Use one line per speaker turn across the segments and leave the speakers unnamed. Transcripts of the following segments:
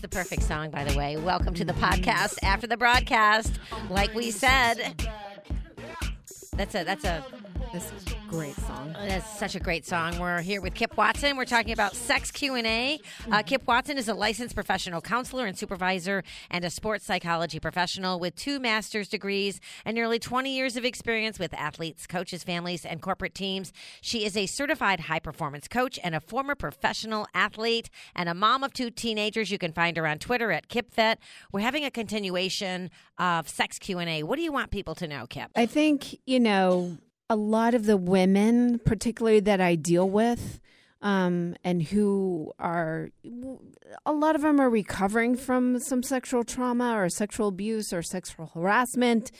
the perfect song, by the way. Welcome to the podcast after the broadcast. Like we said, that's a that's a
This is a great song.
That's such a great song. We're here with Kip Watson. We're talking about sex Q and A.
Mm-hmm.
Uh, Kip Watson is a licensed professional counselor and supervisor, and a sports psychology professional with two master's degrees and nearly 20 years of experience with athletes, coaches, families, and corporate teams. She is a certified high performance coach and a former professional athlete and a mom of two teenagers. You can find her on Twitter at KipFet. We're having a continuation of sex Q and A. What do you want people to know, Kip?
I think, you know, a lot of the women, particularly that I deal with, um, and who are, a lot of them are recovering from some sexual trauma or sexual abuse or sexual harassment,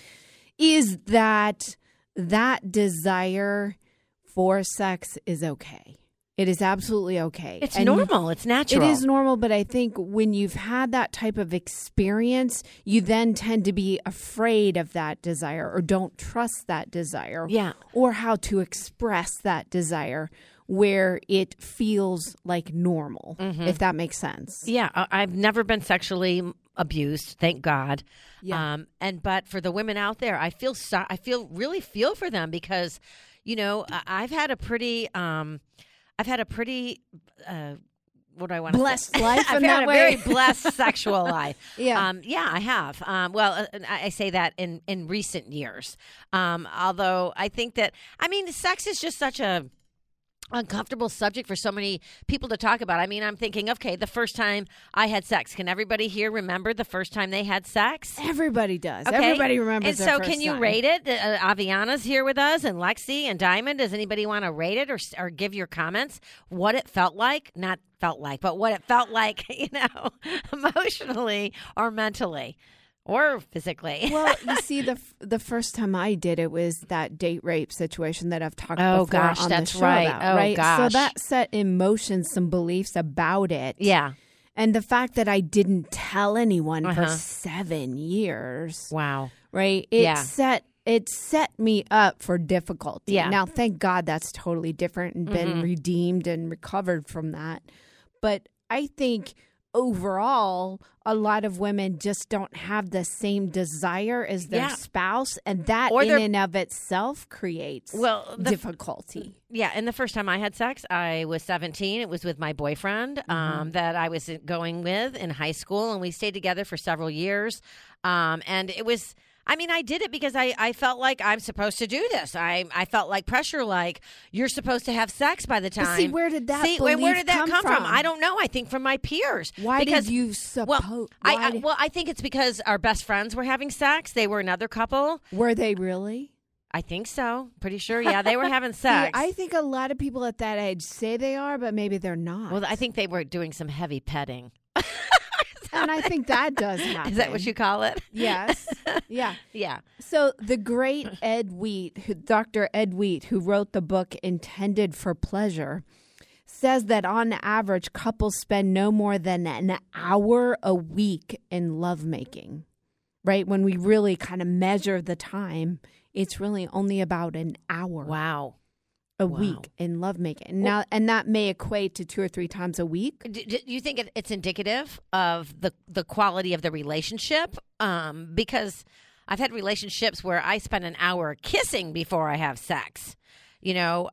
is that that desire for sex is okay. It is absolutely okay.
It's
And-
normal. It's natural.
It is normal, but I think when you've had that type of experience, you then tend to be afraid of that desire or don't trust that desire.
Yeah.
Or how to express that desire where it feels like normal,
Mm-hmm.
if that makes sense.
Yeah, I- I've never been sexually abused, thank God.
Yeah.
Um, and but for the women out there, I feel so, I feel really feel for them because, you know, I- I've had a pretty, um, I've had a pretty, uh, what do I want to
Blessed
say?
life
I've
in
had
that
a very
way.
blessed sexual life.
Yeah.
um, yeah, I have. Um, well, uh, and I I say that in in recent years. Um, although I think that I mean, sex is just such a uncomfortable subject for so many people to talk about. I mean, I'm thinking, okay, the first time I had sex. Can everybody here remember the first time they had sex?
Everybody does.
Okay.
Everybody
And
remembers. their
so,
first
can you
time.
rate it? Uh, Aviana's here with us, and Lexi and Diamond. Does anybody want to rate it or s- or give your comments? What it felt like, not felt like, but what it felt like, you know, emotionally or mentally or physically.
well, you see, the f- the first time I did it was that date rape situation that I've talked
Oh,
before
gosh,
on
that's
the show
right.
about,
Oh,
right? So
gosh.
that set in motion some beliefs about it.
yeah.
And the fact that I didn't tell anyone for
Uh-huh.
seven years,
Wow.
right? It
Yeah.
set it set me up for difficulty.
Yeah. Mm-hmm.
Now, thank God that's totally different and been redeemed and recovered from that. But I think overall, a lot of women just don't have the same desire as their
Yeah.
spouse, and that
Or
in
their-
and of itself creates
Well, the-
difficulty.
Yeah, and the first time I had sex, I was 17. It was with my boyfriend
Mm-hmm.
um, that I was going with in high school, and we stayed together for several years. Um, and it was, I mean, I did it because I, I felt like I'm supposed to do this. I I felt like pressure, like you're supposed to have sex by the time.
see, where did that
See, where, where
belief
did that
come
come from?
from?
I don't know. I think from my peers.
Why
Mm, because,
did you
Well,
suppo-
I,
why
I,
did-
well, I think it's because our best friends were having sex. They were another couple.
Were they really?
I think so. Pretty sure. Yeah, they were having
See,
sex.
I think a lot of people at that age say they are, but maybe they're not.
Well, I think they were doing some heavy petting.
and I think that does happen.
Is that what you call it?
Yes. Yeah.
Yeah.
So the great Ed Wheat, who, Dr. Ed Wheat, who wrote the book Intended for Pleasure, says that on average, couples spend no more than an hour a week in lovemaking. Right? When we really kind of measure the time, it's really only about an hour
Wow.
a
wow.
week in lovemaking. Now, and that may equate to two or three times a week.
Do, do you think it, it's indicative of the the quality of the relationship? Um, because I've had relationships where I spend an hour kissing before I have sex. You know,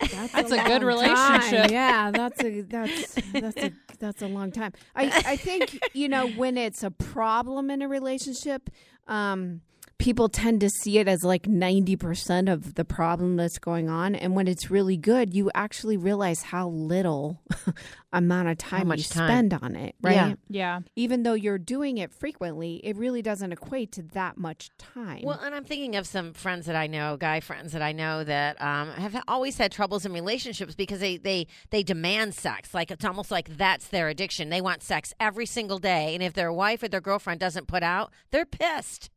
That's,
That's a good
long time.
relationship.
Yeah, that's a that's that's a that's a long time. I I think you know when it's a problem in a relationship, um, people tend to see it as like ninety percent of the problem that's going on, and when it's really good, you actually realize how little amount of time
much
you
time.
spend on it, right?
Yeah.
Yeah.
Even though you're doing it frequently, it really doesn't equate to that much time.
Well, and I'm thinking of some friends that I know, guy friends that I know that um, have always had troubles in relationships because they they they demand sex. Like it's almost like that's their addiction. They want sex every single day, and if their wife or their girlfriend doesn't put out, they're pissed.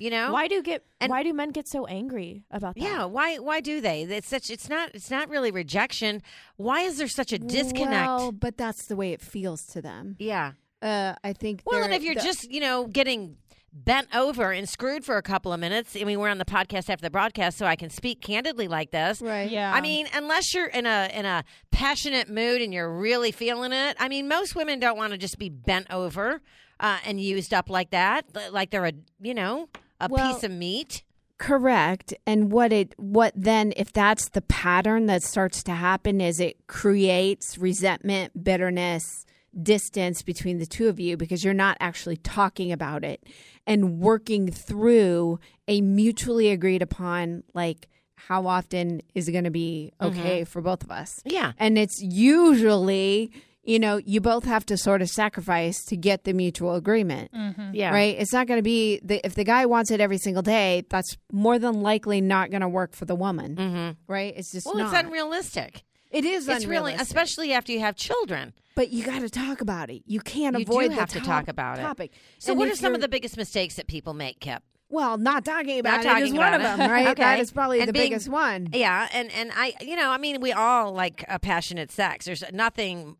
You know
Why do get
And-
why do men get so angry about that?
Yeah, why why do they? It's such it's not it's not really rejection. Why is there such a disconnect?
Well, but that's the way it feels to them.
yeah.
Uh, I think.
Well, and
they're-
if you're
the-
just, you know, getting bent over and screwed for a couple of minutes. I mean, we're on the podcast after the broadcast, so I can speak candidly like this.
Right.
Yeah.
I mean, unless you're in a in a passionate mood and you're really feeling it. I mean, most women don't want to just be bent over uh, and used up like that, li- like they're a you know a
Well-
piece of meat.
Correct. And what it what then if that's the pattern that starts to happen is it creates resentment, bitterness, distance between the two of you because you're not actually talking about it and working through a mutually agreed upon like how often is it going to be
Mm-hmm.
okay for both of us.
Yeah.
And it's usually, you know, you both have to sort of sacrifice to get the mutual agreement.
Yeah.
Right? It's not going to be the, if the guy wants it every single day, that's more than likely not going to work for the woman.
Mm-hmm.
Right? It's just
Well,
not.
it's unrealistic.
It is
It's really,
unrealistic.
especially after you have children.
but you got to talk about it. You can't
You do
avoid the
have to
top-
talk about it.
topic.
So,
And
what
if
are some of
you're-
the biggest mistakes that people make, Kip?
well, not talking about
Not
it is
talking
one
about
of
it.
them, right?
Okay.
That is probably
And
the
being-
biggest one.
Yeah, and and I, you know, I mean, we all like a passionate sex. There's nothing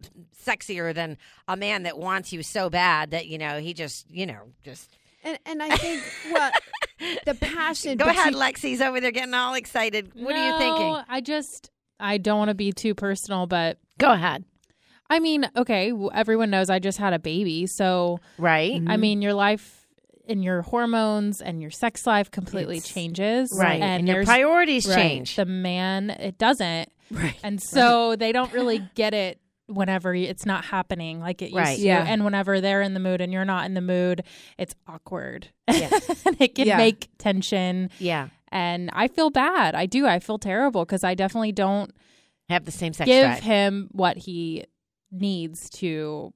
sexier than a man that wants you so bad that you know he just, you know, just.
And and I think what the passion
Go
but
ahead,
you-
Lexi's over there getting all excited. What are you thinking?
No, I just I don't want to be too personal, but
Go ahead.
I mean, okay, w- everyone knows I just had a baby, so
Right.
I mean, your life and your hormones and your sex life completely changes,
Right. And, your
there's-
priorities
right,
change.
The man, it doesn't,
Right.
and so they don't really get it whenever y- it's not happening like it
Right.
used to
Yeah.
and whenever they're in the mood and you're not in the mood it's awkward
Yes.
and it can
Yeah.
make tension
yeah.
and i feel bad i do i feel terrible because i definitely don't
Have the same sex
give
drive.
him what he needs to,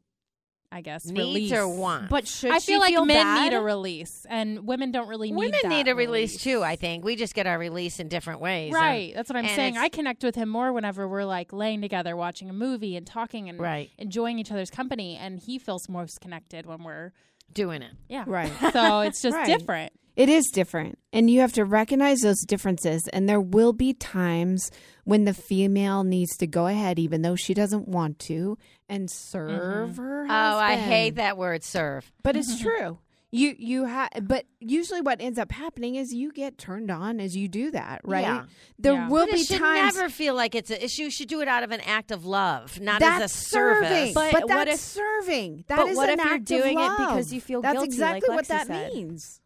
I guess,
Needs
release
or wants.
But should
I
she
feel like
feel
men
bad?
need a release, and women don't really need.
Women
that
need a release, too. I think we just get our release in different ways. and-
Right, that's what I'm
and
saying.
it's-
I connect with him more whenever we're like laying together, watching a movie, and talking, and
Right.
enjoying each other's company. And he feels most connected when we're,
Doing it.
yeah,
Right.
So it's just
Right.
different.
It is different. And you have to recognize those differences. And there will be times when the female needs to go ahead, even though she doesn't want to, and serve her husband.
Oh, I hate that word serve.
But it's true. You you have but usually what ends up happening is you get turned on as you do that, right?
Yeah.
There
Yeah.
will
But
be
it should
times
never feel like it's an issue. You should do it out of an act of love, not
that's
as a service.
serving.
But
But,
what
that's
if-
serving. That
but
is
what
an
if you're
act of
doing it because
love.
you feel
That's
guilty,
exactly
like
what
Lexi
that
said?
means.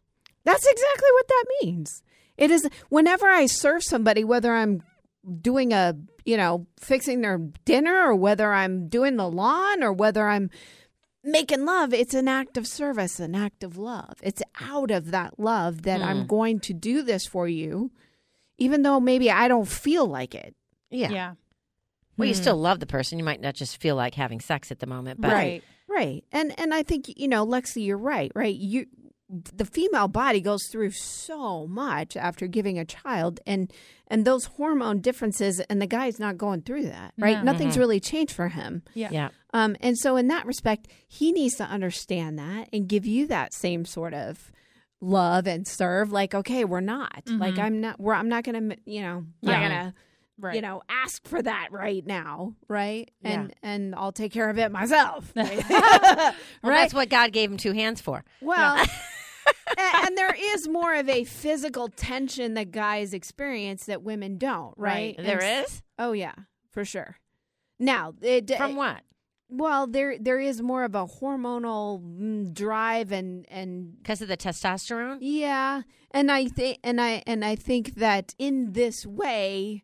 That's exactly what that means. It is whenever I serve somebody, whether I'm doing a you know fixing their dinner or whether I'm doing the lawn or whether I'm making love, it's an act of service, an act of love. It's out of that love that
Hmm.
I'm going to do this for you, even though maybe I don't feel like it.
Yeah.
yeah.
Well, you still love the person. You might not just feel like having sex at the moment, but
Right.
Right. And and I think you know, Lexi, you're right, right? You the female body goes through so much after giving a child and and those hormone differences and the guy's not going through that, right?
No. Mm-hmm.
Nothing's really changed for him.
yeah,
yeah.
Um and so in that respect, he needs to understand that and give you that same sort of love and serve like okay, we're not. Like I'm not we're I'm not going to, you know, not
Mm-hmm. Yeah.
going to
right.
you know, ask for that right now, right? And and I'll take care of it myself. right?
Well, that's what God gave him two hands for.
Well, a- and, there is more of a physical tension that guys experience that women don't, right?
Right.
And
There
s-
is
Oh yeah, for sure. Now, it,
from what?
well, there there is more of a hormonal mm, drive and and
Because of the testosterone.
yeah, and I think and I and I think that in this way,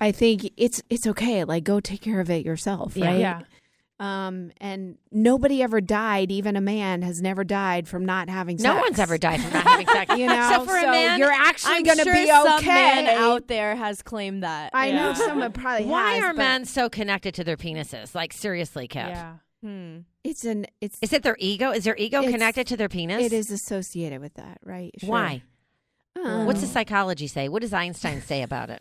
I think it's it's okay. Like, go take care of it yourself,
Yeah.
right?
yeah,
Um, and nobody ever died. Even a man has never died from not having.
No
sex.
one's ever died from not having sex.
You know,
Except for a
so
man.
you're actually
I'm
going to
sure
be
some
okay.
man out there has claimed that.
I know
Yeah.
someone probably.
Why
has,
are
but
men so connected to their penises? Like seriously, Kev.
yeah.
Hmm.
It's an. It's.
Is it their ego? Is their ego
It's-
connected to their penis?
It is associated with that, right? Sure.
Why?
Um,
What's the psychology say? What does Einstein say about it?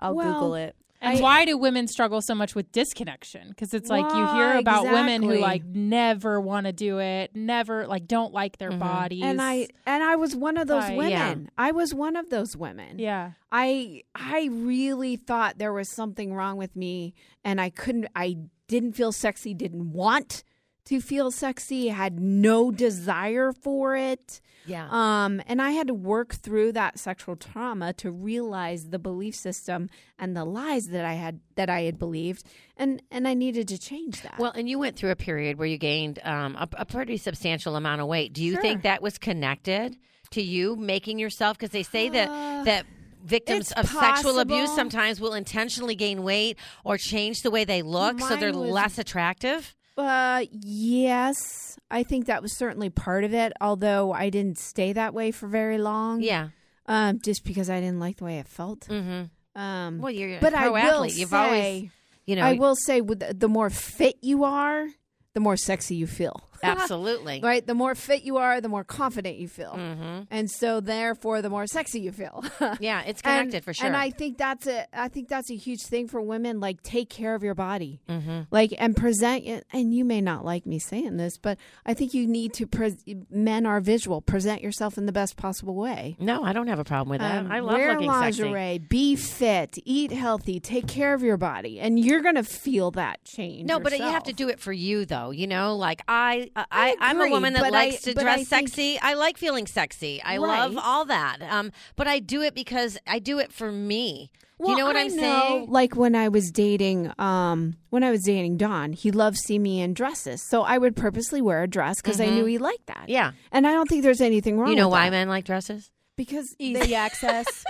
I'll
Well,
Google it.
And
I-
why do women struggle so much with disconnection? Because it's like you
Why,
hear about women who
exactly.
like never want to do it, never like don't like their
Mhm.
bodies.
And I and I was one of those
Right.
women.
Yeah.
I was one of those women.
yeah,
I I really thought there was something wrong with me and I couldn't I didn't feel sexy, didn't want to feel sexy, had no desire for it.
Yeah.
Um, and I had to work through that sexual trauma to realize the belief system and the lies that I had that I had believed, and and I needed to change that.
well, and you went through a period where you gained um, a, a pretty substantial amount of weight. Do you think that was connected to you making yourself? Because they say that that victims
Uh, it's
of sexual abuse
possible.
sometimes will intentionally gain weight or change the way they look so they're
Mine was-
less attractive.
Uh, yes, I think that was certainly part of it. Although I didn't stay that way for very long.
Yeah.
Um, just because I didn't like the way it felt.
hmm
Um,
Well, you're a
but I
pro
will
athlete. You've
say,
always, you know,
I will say, with the, the more fit you are, the more sexy you feel.
absolutely.
Right, the more fit you are, the more confident you feel,
hmm
and so therefore, the more sexy you feel.
Yeah, it's connected
and,
for sure.
And I think that's a I think that's a huge thing for women. Like, take care of your body,
Mhm.
like, and present. it- And you may not like me saying this, but I think you need to. Pres- men are visual. Present yourself in the best possible way.
No, I don't have a problem with that.
Um,
I love
wear
looking sexy.
lingerie. Be fit. Eat healthy. Take care of your body, and you're gonna feel that change.
No, but you have
yourself.
to do it for you, though. You know, like I, I, I I'm a
agree,
woman that
but I-
likes to
but
dress
I think-
sexy. I like feeling sexy. I love
Right.
all that. Um, but I do it because I do it for me. Do you know what
I
am
know,
saying?
Like when I was dating, um, when I was dating Don, he loved seeing me in dresses, so I would purposely wear a dress because I knew he liked that.
Mm-hmm. Yeah.
and I don't think there's anything wrong.
You know
with
why
that.
men like dresses?
Because they-
Easy access.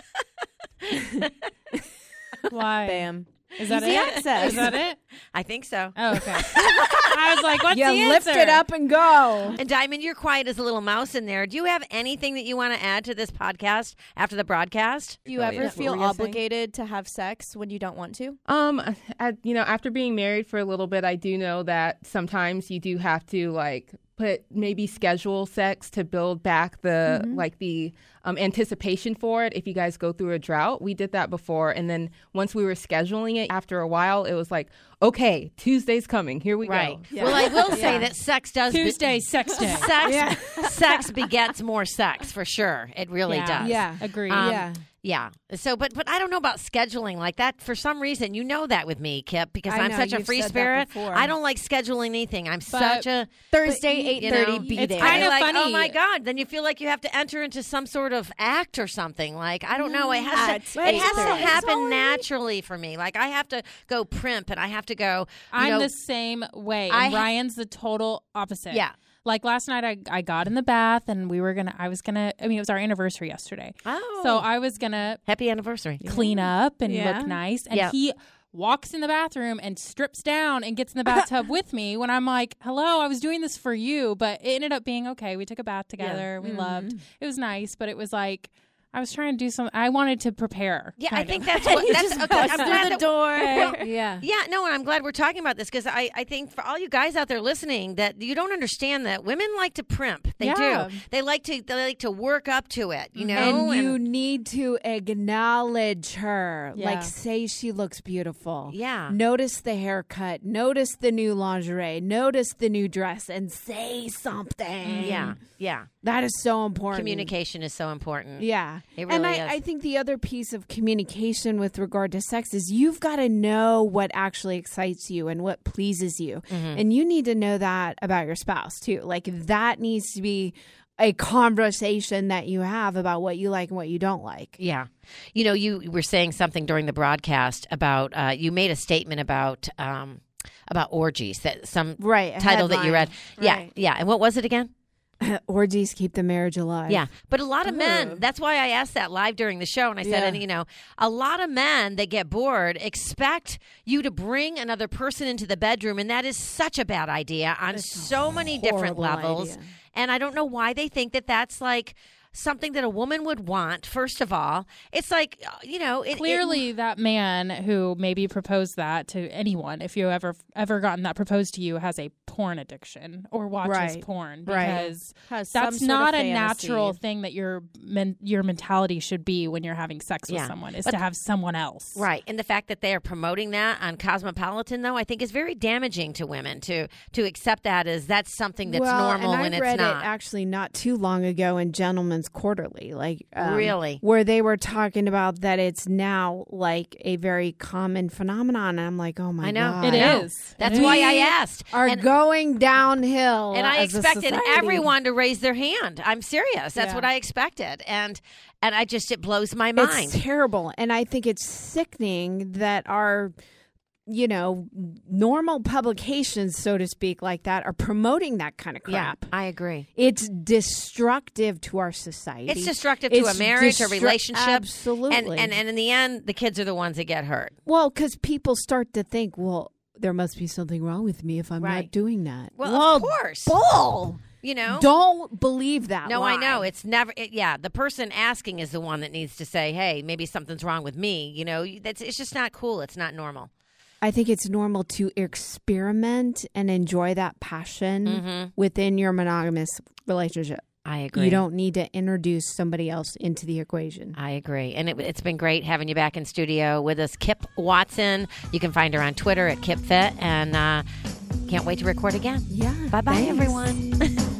Why?
Bam.
Is that
Easy
it?
access.
Is that it?
I think so.
Oh, okay. I was like, what's
you
the
lift
answer?
it up and go.
And Diamond, you're quiet as a little mouse in there. Do you have anything that you want to add to this podcast after the broadcast?
Do you
Oh,
ever
yeah.
feel
What were you saying?
obligated to have sex when you don't want to?
Um, at, you know, after being married for a little bit, I do know that sometimes you do have to like put maybe schedule sex to build back the like the um, anticipation for it. If you guys go through a drought, we did that before, and then once we were scheduling it, after a while, it was like, okay, Tuesday's coming. Here we
Right.
go.
Well, I will say that sex does be-
Tuesday, sex day.
sex sex begets more sex for sure. It really does.
Yeah.
Agreed.
Um,
yeah.
Yeah. So but but I don't know about scheduling like that. For some reason, you know that with me, Kip, because
I
I'm
know,
such a
you've
free
said that
spirit.
before.
I don't like scheduling anything. I'm such a
Thursday,
you
eight
know,
thirty. Be
It's
there.
I'm
kind of
like,
funny.
Oh my god! Then you feel like you have to enter into some sort of act or something. Like I don't know. It has to.
At
It has to
8:30.
happen naturally for me. Like I have to go primp and I have to go. you
I'm
know,
the same way.
I
and
ha-
Ryan's the total opposite.
Yeah.
Like last night, I, I got in the bath and we were gonna. I was gonna. I mean, it was our anniversary yesterday,
Oh.
so I was gonna
happy anniversary.
clean up and
Yeah.
look nice. And
Yeah.
he walks in the bathroom and strips down and gets in the bathtub with me when I'm like, hello, I was doing this for you. But it ended up being okay. We took a bath together.
Mm-hmm.
We loved it. was nice, but it was like, I was trying to do some. I wanted to prepare.
Yeah, I
kind
think
of.
that's what. That's okay. I'm glad that-
door.
yeah.
Yeah, no, and I'm glad we're talking about this because I, I think for all you guys out there listening that you don't understand that women like to primp. They
Yeah.
do. They like to they like to work up to it, you know.
Mm-hmm. And you need to acknowledge her.
Yeah.
Like, say she looks beautiful.
Yeah.
Notice the haircut. Notice the new lingerie. Notice the new dress and say something.
yeah, yeah.
That is so important.
Communication is so important.
Yeah.
It
and
really
I,
is.
I think the other piece of communication with regard to sex is you've got to know what actually excites you and what pleases you.
Mm-hmm.
And you need to know that about your spouse too. Like that needs to be a conversation that you have about what you like and what you don't like.
Yeah. You know, you were saying something during the broadcast about uh, you made a statement about um, about orgies that some
Right. a
title that you read.
headline.
Yeah,
Right.
yeah. And what was it again?
Orgies keep the marriage alive.
Yeah, but a lot of men. That's why I asked that live during the show, and I said,
Yeah.
and you know, a lot of men that get bored expect you to bring another person into the bedroom, and that is such a bad idea on so many different
horrible
levels.
idea.
And I don't know why they think that that's like something that a woman would want. First of all, it's like uh, you know, it, it-
Clearly, that man who maybe proposed that to anyone, if you ever ever gotten that proposed to you, has a porn addiction or watches
Right.
porn
Right.
because
Has some
that's
sort of
not a
fantasy.
natural thing that your men, your mentality should be when you're having sex with
Yeah.
someone is to have someone else.
Right, and the fact that they are promoting that on Cosmopolitan, though, I think is very damaging to women to to accept that as that's something that's
well,
normal
and I
when
read
it's not.
it actually not too long ago in Gentleman's Women's Quarterly, like um,
Really?
where they were talking about that it's now like a very common phenomenon. And I'm like, oh my
I know.
god,
It
It
I know.
is.
That's
It
why
is.
I asked.
are
and,
going downhill.
and I
as a
expected
society.
everyone to raise their hand. I'm serious. That's
Yeah.
what I expected. And and I just it blows my mind.
It's terrible, and I think it's sickening that our you know normal publications, so to speak, like that, are promoting that kind of crap.
Yeah, I agree.
It's destructive to our society.
It's destructive
It's
to a marriage,
destru-
a relationship.
Absolutely.
And, and and in the end, the kids are the ones that get hurt.
well, because people start to think, well, there must be something wrong with me if I'm
Right.
not doing that.
Well,
Well,
of course.
bull.
You know?
Don't believe that.
no, I
lie.
know. It's never it, yeah, the person asking is the one that needs to say, "Hey, maybe something's wrong with me." You know, You- that's it's just not cool. It's not normal.
I think it's normal to experiment and enjoy that passion
Mm-hmm.
within your monogamous relationship.
I agree.
Mm-hmm. You don't need to introduce somebody else into the equation.
I agree. And it, it's been great having you back in studio with us, Kip Watson. You can find her on Twitter at KipFit. And uh, can't wait to record again.
Yeah.
Bye bye,
thanks.
everyone.